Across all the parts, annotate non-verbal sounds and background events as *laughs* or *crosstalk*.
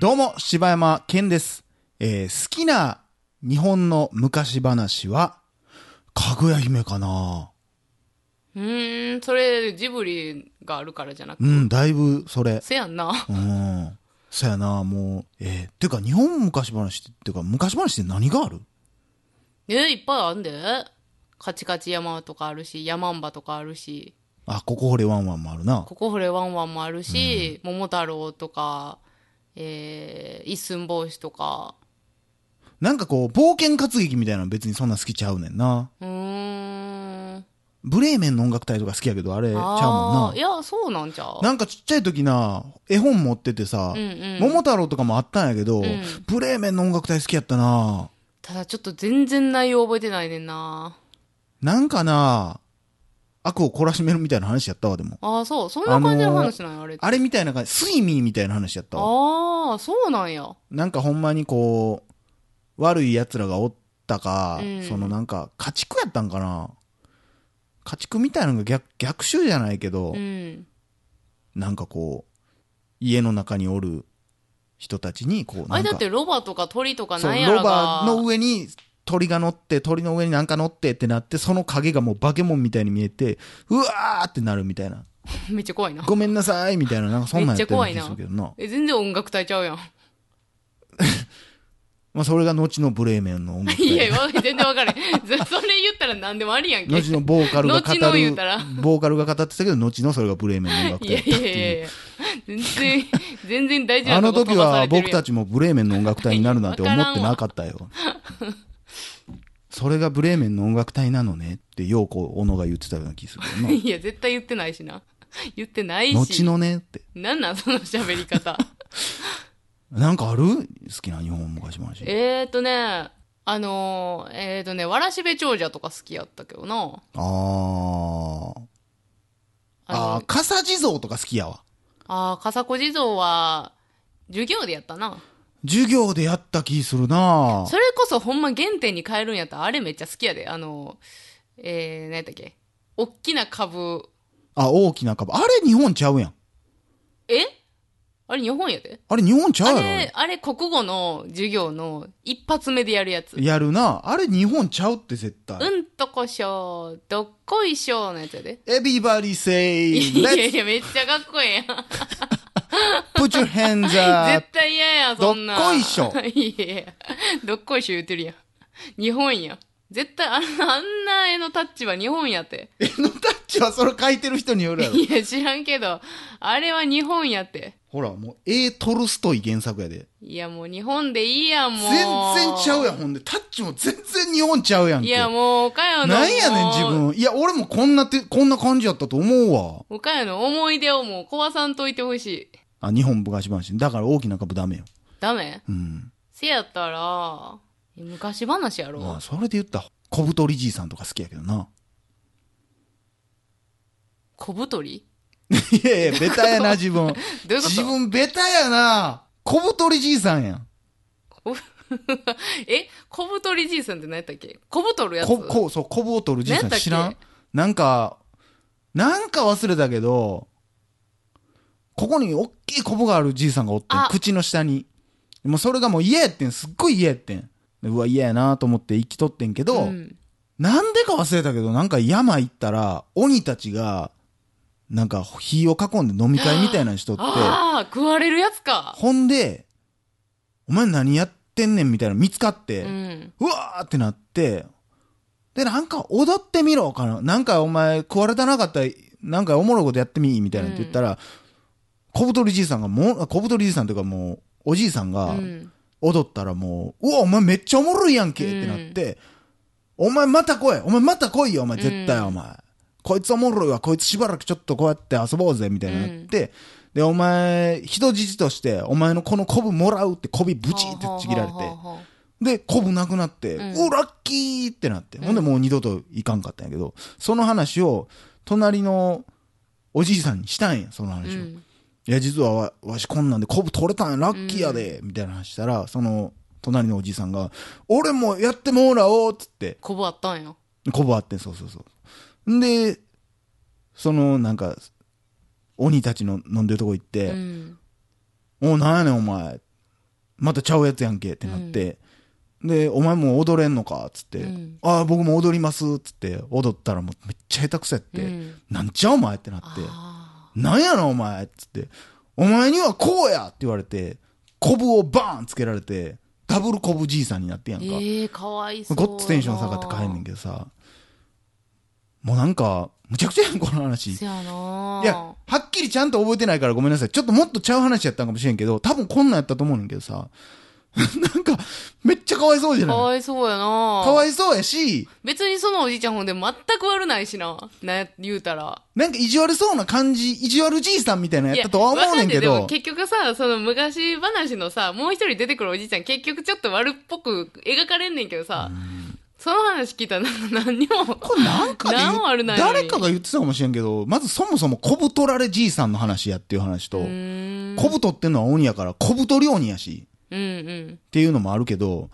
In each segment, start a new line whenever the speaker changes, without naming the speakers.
どうも、柴山健です。えー好きな日本の昔話は、かぐや姫かな
うーん、それ、ジブリがあるからじゃなく
う
て。
ん、だいぶ、それ。
せやんな。
うん。そやな、もう。えーてか、日本昔話って、てか、昔話って何がある
え、いっぱいあんで。カチカチ山とかあるし、山んばとかあるし、
あ、ここ掘れワンワンもあるな。
ここほれワンワンもあるし、桃太郎とか、えー、一寸法師とか。
なんかこう、冒険活劇みたいなの別にそんな好きちゃうねんな。
うーん。
ブレーメンの音楽隊とか好きやけど、あれ、ちゃうも
あ
ん
ーい
な。
や、そうなんちゃう
なんかちっちゃい時な、絵本持っててさ、
うんうん
桃太郎とかもあったんやけど、
ん
ブレーメンの音楽隊好きやったな。
ただちょっと全然内容覚えてないねんな。
なんかな、悪を懲らしめるみたいな話やったわ、でも。
ああ、そう。そんな感じの話なんや、あれって。
あれみたいな感じ、スイミーみたいな話やったわ。
ああ、そうなんや。
なんかほんまにこう、悪い奴らがおったか、
うん
そのなんか、家畜やったんかな家畜みたいなのが逆、逆襲じゃないけど、
うん。
なんかこう、家の中におる人たちに、こう、
あ
な
れ
んか
だっ、てロバとか鳥とか
そ
なん
う、
やら
ロバ
が。
の上に鳥が乗って、鳥の上になんか乗ってってなって、その影がもう化け物みたいに見えて、うわーってなるみたいな。
*laughs* めっちゃ怖いな。
ごめんなさいみたいな、なんかそんなんやってる気がするけどな。
え、全然音楽隊ちゃうやん。
まあそれが後のブレーメンの音楽隊
いや、わ全然わかれへん。ず *laughs* それ言ったら何でもありやんけ。
後のボーカルが語
後の言
る
うたら、
ボーカルが語ってたけど、後のそれがブレーメンの音楽
い
隊
や
やっ
い
たって
やいやい
いう。
や。全然、全然大事
あ
な
の
とこ
時
飛ばさ
は
れてるやん。
僕たちもブレーメンの音楽隊になるなんて思ってなかったよ。それがブレーメンの音楽隊なのねって、ようこう、小野が言ってたような気するけ *laughs* どな。
いや、絶対言ってないしな。言ってないし。
後のねって。
なんなん、その喋り方。 *laughs*
なんかある好きな日本昔話。
えーとね、あのー、えーとね、わらしべ長者とか好きやったけどな。
あー。
あの
あー、笠地蔵とか好きやわ。
ああ、笠子地蔵は、授業でやったな。
授業でやった気するな
それこそほんま原点に変えるんやったら、あれめっちゃ好きやで。あの、えー、何やったっけ。おっきな株。
あ、大きな株。あれ日本ちゃうやん。
えあれ日本やで。
あれ日本ちゃ
あ
うやろ。
れ、あれ国語の授業の一発目でやるやつ。
やるな。あれ日本ちゃうって絶対。
うんとこしょう、どっこいしょうのやつやで。
エビバディ say,
*laughs* いや
let's
いや、めっちゃかっこええやん。
put your hands up.
*laughs* 絶対嫌や、そんな。
どっこいしょ
*laughs* いやいや、どっこいしょ言ってるやん。日本や。絶対、あんな、あんな絵のタッチは日本やって。
絵 *laughs* のタッチはそれ書いてる人によるや
*laughs*
ろ。
いや、知らんけど、あれは日本やって。
ほら、もう、A トルストイ原作やで。
いや、もう日本でいいやん、もう。
全然ちゃうやん、ほんで。タッチも全然日本ちゃうやんけ。
いや、もう、岡山の。
なんやねん、自
もう。
分。いや、俺もこんなて、こんな感じやったと思うわ。
岡山の思い出をもう壊さんといてほしい。
あ、日本昔話。だから大きな株ダメよ。
ダメ
うん。
せやったら、昔話やろ。
まあ、それで言ったら、小太りじいさんとか好きやけどな。
小太り
いやいや、ベタやな、自分。
*laughs* どういうこと
自分、ベタやな。小太りじいさんやん。
小え小太りじいさんって何やったっけ小太るやつ
こ、こう、そう、こぼを取るじいさん
何やったっけ
知らんなんか、なんか忘れたけど、ここにおっきいコブがあるじいさんがおってん
あ
口の下に。もうそれがもう嫌やってん、すっごい嫌やってん。でうわ、嫌やなと思って生きとってんけど、
うん
なんでか忘れたけど、なんか山行ったら、鬼たちが、なんか火を囲んで飲み会みたいなのしとって、
ああ、食われるやつか。
ほんで、お前何やってんねんみたいなの見つかって、
うん。
うわーってなって、で、なんか踊ってみろかな。なんかお前食われたなかったら、なんかおもろいことやってみいみたいなって言ったら、小太りじいさんがもう、あ小太りじいさんというかもう、おじいさん
う
が
ん。
踊ったらもう、うわ、お前めっちゃおもろいやんけってなって、お前また来いお前また来いよお前絶対
うん
お前、こいつおもろいわこいつしばらくちょっとこうやって遊ぼうぜみたいになって、で、お前、人質として、お前のこのコブもらうって、コビブチってちぎられて
ほう、ほうほうほう
で、コブなくなって、う
うん
ラッキーってなって、ほんでもう二度と行かんかったんやけど、その話を、隣のおじいさんにしたんや、その話を。
うん
いや、実はわわしこんなんでコブ取れたんや、ラッキーやで、みたいな話したら、その、隣のおじいさんが、俺もやってもらおうっつって、
コブあったんや。
コブあってん、そうそうそう。んで、その、なんか、鬼たちの飲んでるとこ行って、
うん。
おうなんやねんお前。またちゃうやつやんけってなって。で、お前もう踊れんのかっつって。
うん
ああ、僕も踊りますっつって、踊ったらもうめっちゃ下手くそやって。
うん
なんちゃお前ってなって。
あ
なんやろお前っつって。お前にはこうやって言われて、コブをバーンつけられて、ダブルコブじいさんになってやんか。
ええかわいそうやな。
ごっつテンション下がって帰んねんけどさ。もうなんか、むちゃくちゃやん、この話。
せやない
や、はっきりちゃんと覚えてないからごめんなさい。ちょっともっとちゃう話やったんかもしれんけど、多分こんなんやったと思うねんけどさ。 *laughs* なんか、めっちゃかわいそうじゃ
か
ない
わいそうやな
かわいそうやし、
別にそのおじいちゃんほんで全く悪ないしな。なんや言うたら。
なんか意地悪そうな感じ、意地悪じいさんみたいなのやったとは思うねんけど
いやわかん、ないでも結局さ、その昔話のさ、もう一人出てくるおじいちゃん結局ちょっと悪っぽく描かれんねんけどさ、その話聞いたらなん *laughs* か何にも。
これなんかで言う
何もあるないのに
誰かが言ってたかもしれんけど、まずそもそも小太られじいさんの話やっていう話と
う、ーん。
小太ってんのは鬼やから小太り鬼やし、
うんうん。
っていうのもあるけど、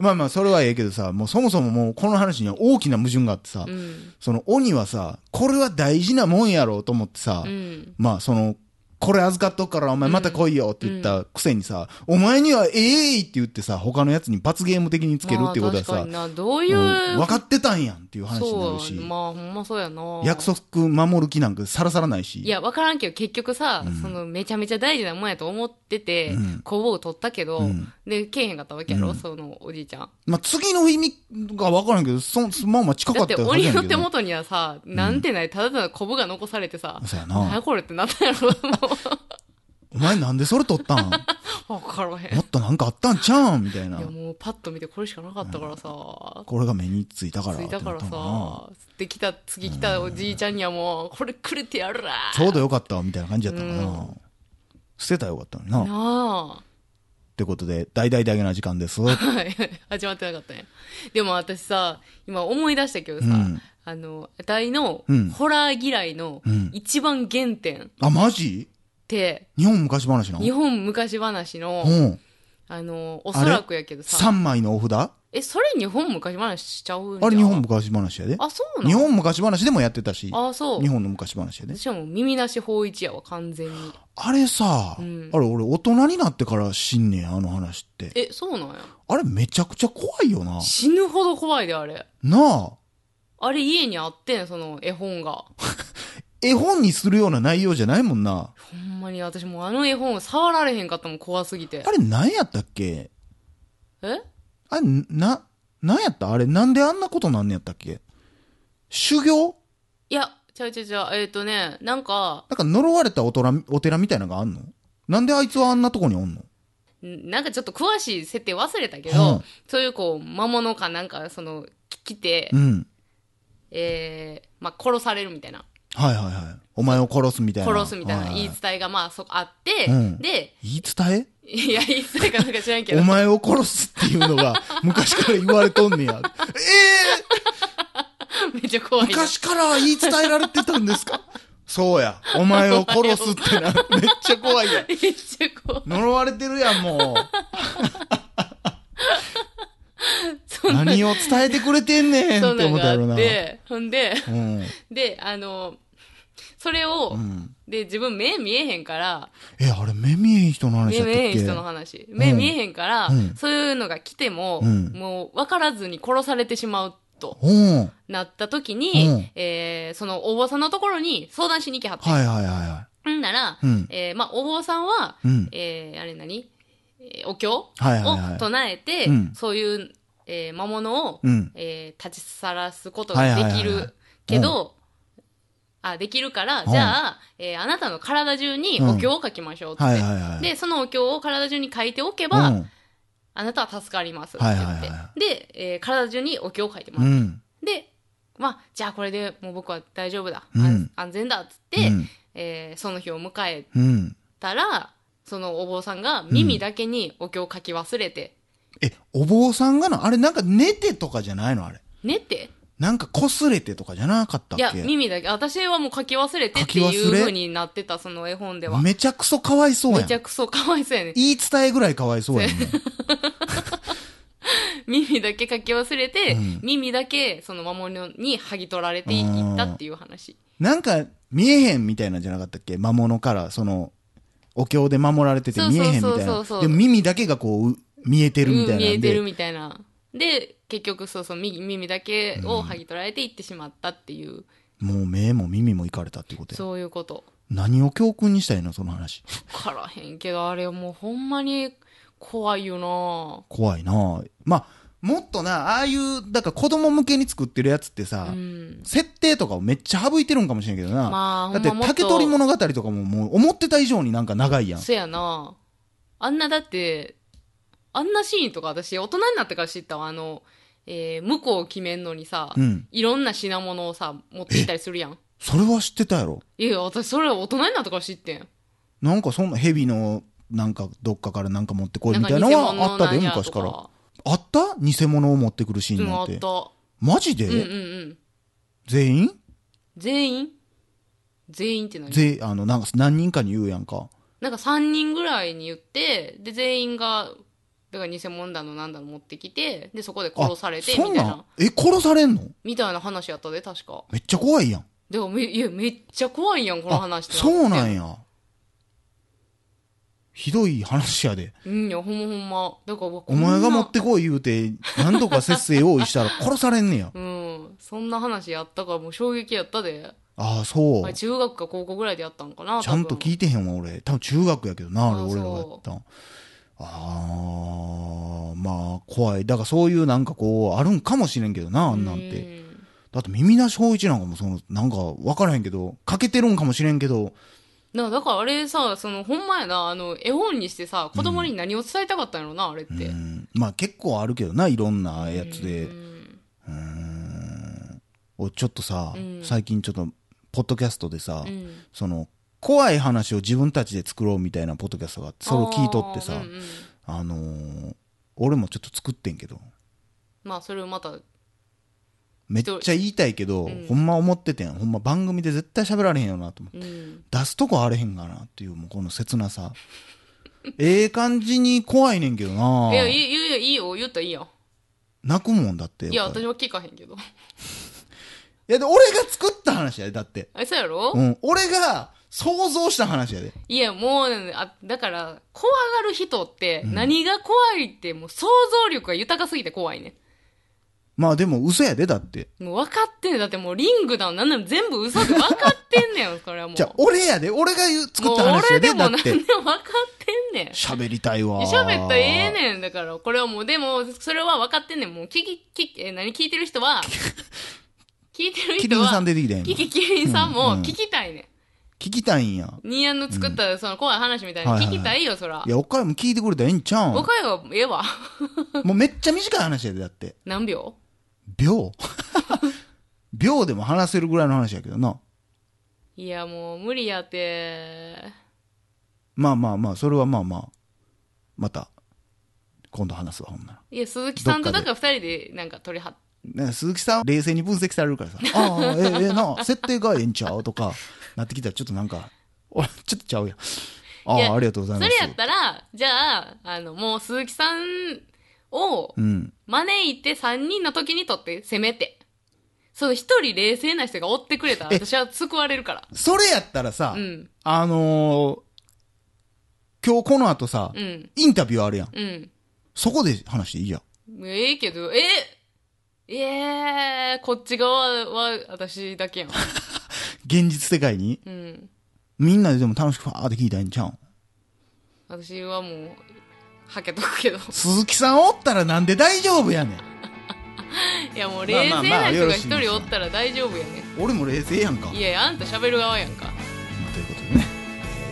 まあまあそれはええけどさ、もうそもそももうこの話には大きな矛盾があってさ、
うん。
その鬼はさ、これは大事なもんやろうと思ってさ、
うん。
まあその、これ預かっとくからお前また来いよって言ったくせにさ、お前にはええいって言ってさ、他のやつに罰ゲーム的につけるってことは
まあ
さ、
確かにな、どう
う
い
ん
う。
分かってたんやんっていう話になる
そうや
し、
まあほんまそうやな。
約束守る気なんかさらさらないし、
いや、わからんけど、結局さ、その、めちゃめちゃ大事なもんやと思ってて、
うん
工房を取ったけど、
うん
で、けえへんかったわけやろ、
うん
そのおじいちゃん。
まあ次の意味が分からんけど、そそまあまあ近か
だ
っ
っ
た
て、
よ
鬼の手
どね。
元にはさ、なんてない、ただただコブが残されてさ、
そうや
なんや
な。
これってなったやろ、
お前なんでそれ取ったん *laughs*
もう。わからへん。
もっとなんかあったんちゃうんみたいない
や、。もうパッと見てこれしかなかったからさ、
これが目についたからっ
つ
て
い
な
た
ったの
か
からな。
さ、できた、次来たおじいちゃんにはもう、これくれてやるら
ちょうどよかったわみたいな感じやったのかな。
う
捨てたらよかったのにな。っ
なあ。
てことで、大々だけな時間です。
はい *laughs* 始まってなかったね。でも私さ、今思い出したけどさ、
うん
あの、大の
うん
ホラー嫌いの
うん
一番原点っ
あ、マジ
て、
日本昔話なの
日本昔話の、
うん。
あの、おそらくやけど
3
さ、
枚のお札あ
え、それ日本昔話しちゃうんじゃん
れ日本昔話やで。
あ、そうなの
日本昔話でもやってたし、
あ、そう
日。本の昔話やで。
しかも耳なし法一やわ、完全に。
あれさ、
うん
あれ俺大人になってから死んねん、あの話って。
え、そうなんや。
あれめちゃくちゃ怖いよな。
死ぬほど怖いで、あれ。
なあ。
あれ家にあってん、その絵本
*laughs*
が。
絵本にするような内容じゃないもんな。
ほんまに私もうあの絵本触られへんかったもん、怖すぎて
あ。れ何やったっけ
え
あれ、な、なんやったあれ、なんであんなことなんねやったっけ修行
いや、ちゃうちゃうちゃう、えっ、とね、なんか、
なんか呪われたお寺お寺みたいなのがあんのなんであいつはあんなとこにおんの
んなんかちょっと詳しい設定忘れたけ
うん
ど、そういうこう、魔物かなんか、その、き来て
う、ん。
えー、まあ、殺されるみたいな、
はいはいはい。お前を殺すみたいな。
殺すみたいな
は
言い
は
伝えが、まあ、そこあって、
うん
で、
言い伝
いや、言い伝えかなんか知らんけ
え
ど
お、前を殺すっていうのが昔から言われとんね
*laughs*
や。え
めっちゃ怖
え
いな。
昔から言い伝えられてたんですか *laughs* そうや。お前を殺すって
*laughs*
な、めっちゃ怖いやん。
めっちゃ怖い。
呪われてるやん、も。
*laughs* そうんな、
何を伝えてくれてんねん
そ
っ
ん
て
なん
思った
が
やろ
あ
な
っ。て、ほんで、
うん。
で、あの、それを、
うん。
で、自分目見えへんから、
え、あれ、目見えへん人の話だ
目
ったっ
見
け
えへん人の話。目見えへんから、
うん
そういうのが来ても、
うん
もう分からずに殺されてしまうと
うん。
なった時に、
うん
えーそのお坊さんのところに相談しに来はって。
はいはいはいは
んなら、
うん
えーまあ、お坊さんは、
い。うん。
えーあれ何えーお経を
はいはいはい
唱えて、
うん
そういう、えー魔物を、
うん。
えー立ちさらすことができ
はいはいはいはい
るけど、あ、できるから、
うん
じゃあ、えーあなたの体中にお経を書きましょうって。
はいはいはい。
で、そのお経を体中に書いておけば、
うん、
あなたは助かりますって言って。
はいはいは
で、えー体中にお経を書いてま
う
す。
ん。
で、まあ、じゃあこれでもう僕は大丈夫だ。
うん
安安全だっつって、
うん
えーその日を迎え
うん。
たら、そのお坊さんが耳だけにお経を書き忘れて、
え、お坊さんがな、あれなんか寝てとかじゃないのあれ。
寝て
なんか擦れてとかじゃなかったっ
いや、
け
耳だけ、私はもう書き忘れてって
書き
いう
忘れ
風になってた、その絵本では。
めちゃくそかわいそうや
め
ん
ち。ゃくそかわいそうやねん。
言い伝えぐらいかわいそうやんね。
耳だけ書き忘れて、
うん
耳だけその魔物に剥ぎ取られていったっていう話。
なんか、見えへんみたいなんじゃなかったっけ魔物から、その、お経で守られてて
そう
見
そ
え
う
へんみ
そう
たい
そ
な
う。そう
でも耳だけがこう、う見えてるみたい
うん見
な
え
ん
てる
で。
みたいな。で、結局、そうそう、右耳だけを剥ぎ取られていってしまったっていう、
もう目も耳もいかれたっていうことや。
そういうこと。
何を教訓にしたいのその話。
わからへんけど、あれもうほんまに怖いよな
怖いなまあ、もっとな、ああいう、だから子供向けに作ってるやつってさ、
うん。
設定とかをめっちゃ省いてるんかもしれんけどな。
まあ
だって
ほんま、もっと
竹取物語とかももう思ってた以上になんか長いやん。
そやなあんなだって、あんなシーンとか私大人になってから知ったわ。あの、えー、向こうを決めんのにさ、
うん
いろんな品物をさ、持ってきたりするやん。
それは知ってたやろ。
いや、私それ大人になってから知ってん。
なんかそんな蛇の、なんかどっかからなんか持ってこい
なん
み
か
たい
偽
な
物
のはあったで、
なんや
昔
と
から。あった偽物を持ってくるシー
う
ン
ん、あ
なん。
ってた。
マジで、
うんうんうん。
全員
全員全員って何
ぜあの、なんか何人かに言うやんか。
なんか3人ぐらいに言って、で、全員が、だから偽物だのなんだの持ってきて、で、そこで殺されて、みた
そ
い
ん
な、
なんえ、殺されんの
みたいな話やったで、確か。
めっちゃ怖いやん。
でもめ、いや、めっちゃ怖いやん、この話って。
そうなん
や。
や。ひどい話やで。
うん、いや、ほんまほんま。だから、うわ
お前が持っ。
こ
てこい言うて、何とか節制用意したら殺されんねや。
んなうん、そんな話やったから、もう衝撃やったで。
ああ、そ
あれ
う。
中学か高校ぐらいでやったんかな。
ちゃんと聞
い
いてへんわ、俺。多分中学やけどな、あれ
あ
俺らがやったん。ああ、まあ、怖い。だからそういうなんかこう、あるんかもしれんけどな、あんなんて。だって耳なし法一なんかもその、なんか分からへんけど、欠けてるんかもしれんけど、
なだからあれさ、その、ほんまやな、あの、絵本にしてさ、子供に何を伝えたかったんやろな、あれっ
う
て。
ん、まあ結構あるけどな、いろんなやつで
う。ん
おちょっとさ、
うん
最近ちょっと、ポッドキャストでさ、
うん
その、怖い話を自分たちで作ろうみたいなポッドキャストがあって、それを聞いとってさ、
あ
あ,、
ーうんうん
のー俺もちょっと作ってんけど、
まあそれをまた
めっちゃ言いたいけど、
うん
ほんま思っててん。ほんま番組で絶対喋られへんよなと思って。
うん
出すとこあれへんかなっていう、もうこの切な
*laughs*
さ。ええ感じに怖いねんけどない
やいいいやいいよ言ったらいいやん
泣くもんだって。
いや
やっぱり
私は聞かへんけど *laughs*
いやで俺が作った話やで、だって。
あそうやろ、
うん。俺が想像した話やで。
いやもうねあだから怖がる人って何が怖いってもう想像力が豊かすぎて怖いね
まあでも嘘やで、だって。
もう分かってんねんだってもうリングだのなんなの全部嘘で分かってんねんそれはもう
*laughs* じゃあ俺やで、俺が言う作
も
っ
う
た話や
俺
で、だ
でも
っ
何で
て
も。分かってんねん
喋りたいわ。
喋ったらええねん。だから、これはもう、でも、それは分かってんねん。もう、聞き、聞き、え、何聞いてる
*laughs*
人は、聞いてる
キ
人
リン
は、
さん出てきたやん
キ
今。
キキリンさん
うん
も聞きたいね、
聞きたいんや。
ん。ニーヤンの作ったその怖い話みたい
は
ない
はいは
聞
い
きたいよ、そら
い。や、おっかいも聞いてくれたらええんちゃうん
僕はええわ。
もうめっちゃ短い話やで、だって。
何秒
秒 *laughs* 秒でも話せるぐらいの話やけどな。
いや、もう無理やて。
まあまあまあ、それはまあまあ。また、今度話すわ、ほんなら。
いや、鈴木さん
ど
とだ
っ
から二人でなんか取りはっ
ね、鈴木さんは冷静に分析されるからさ、
*laughs*
ああ、ええええな、設定がええんちゃうとか、なってきたらちょっとなんか、おちょっとちゃうやん。あ
いや
あ、ありがとうござい
そ
ま
れ
す。
やったら、じゃあ、あの、もう鈴木さんを
うん。
招いて三人の時に取って、せめて。その一人冷静な人が追ってくれたら
え
私は救われるから。
それやったらさ、
うん。
あのー今日この後さ、
うん。
インタビューあるやん。
うん。
そこで話していいやん。
ええけど、えええこっち側は私だけやん。
現実世界に、
うん。
みんなででも楽しくファーって聞いたらええんちゃうん。
私はもう、はけとくけど。
鈴木さんおったらなんで大丈夫やねん。
いやもう冷静な人が一
まあまあまあよろしいです
人おったら大丈夫やね。
俺も冷静やんか。
いやいや、あんた喋る側やんか。
まあということでね、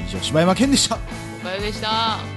えー以上、柴山健でした。
おかよでした。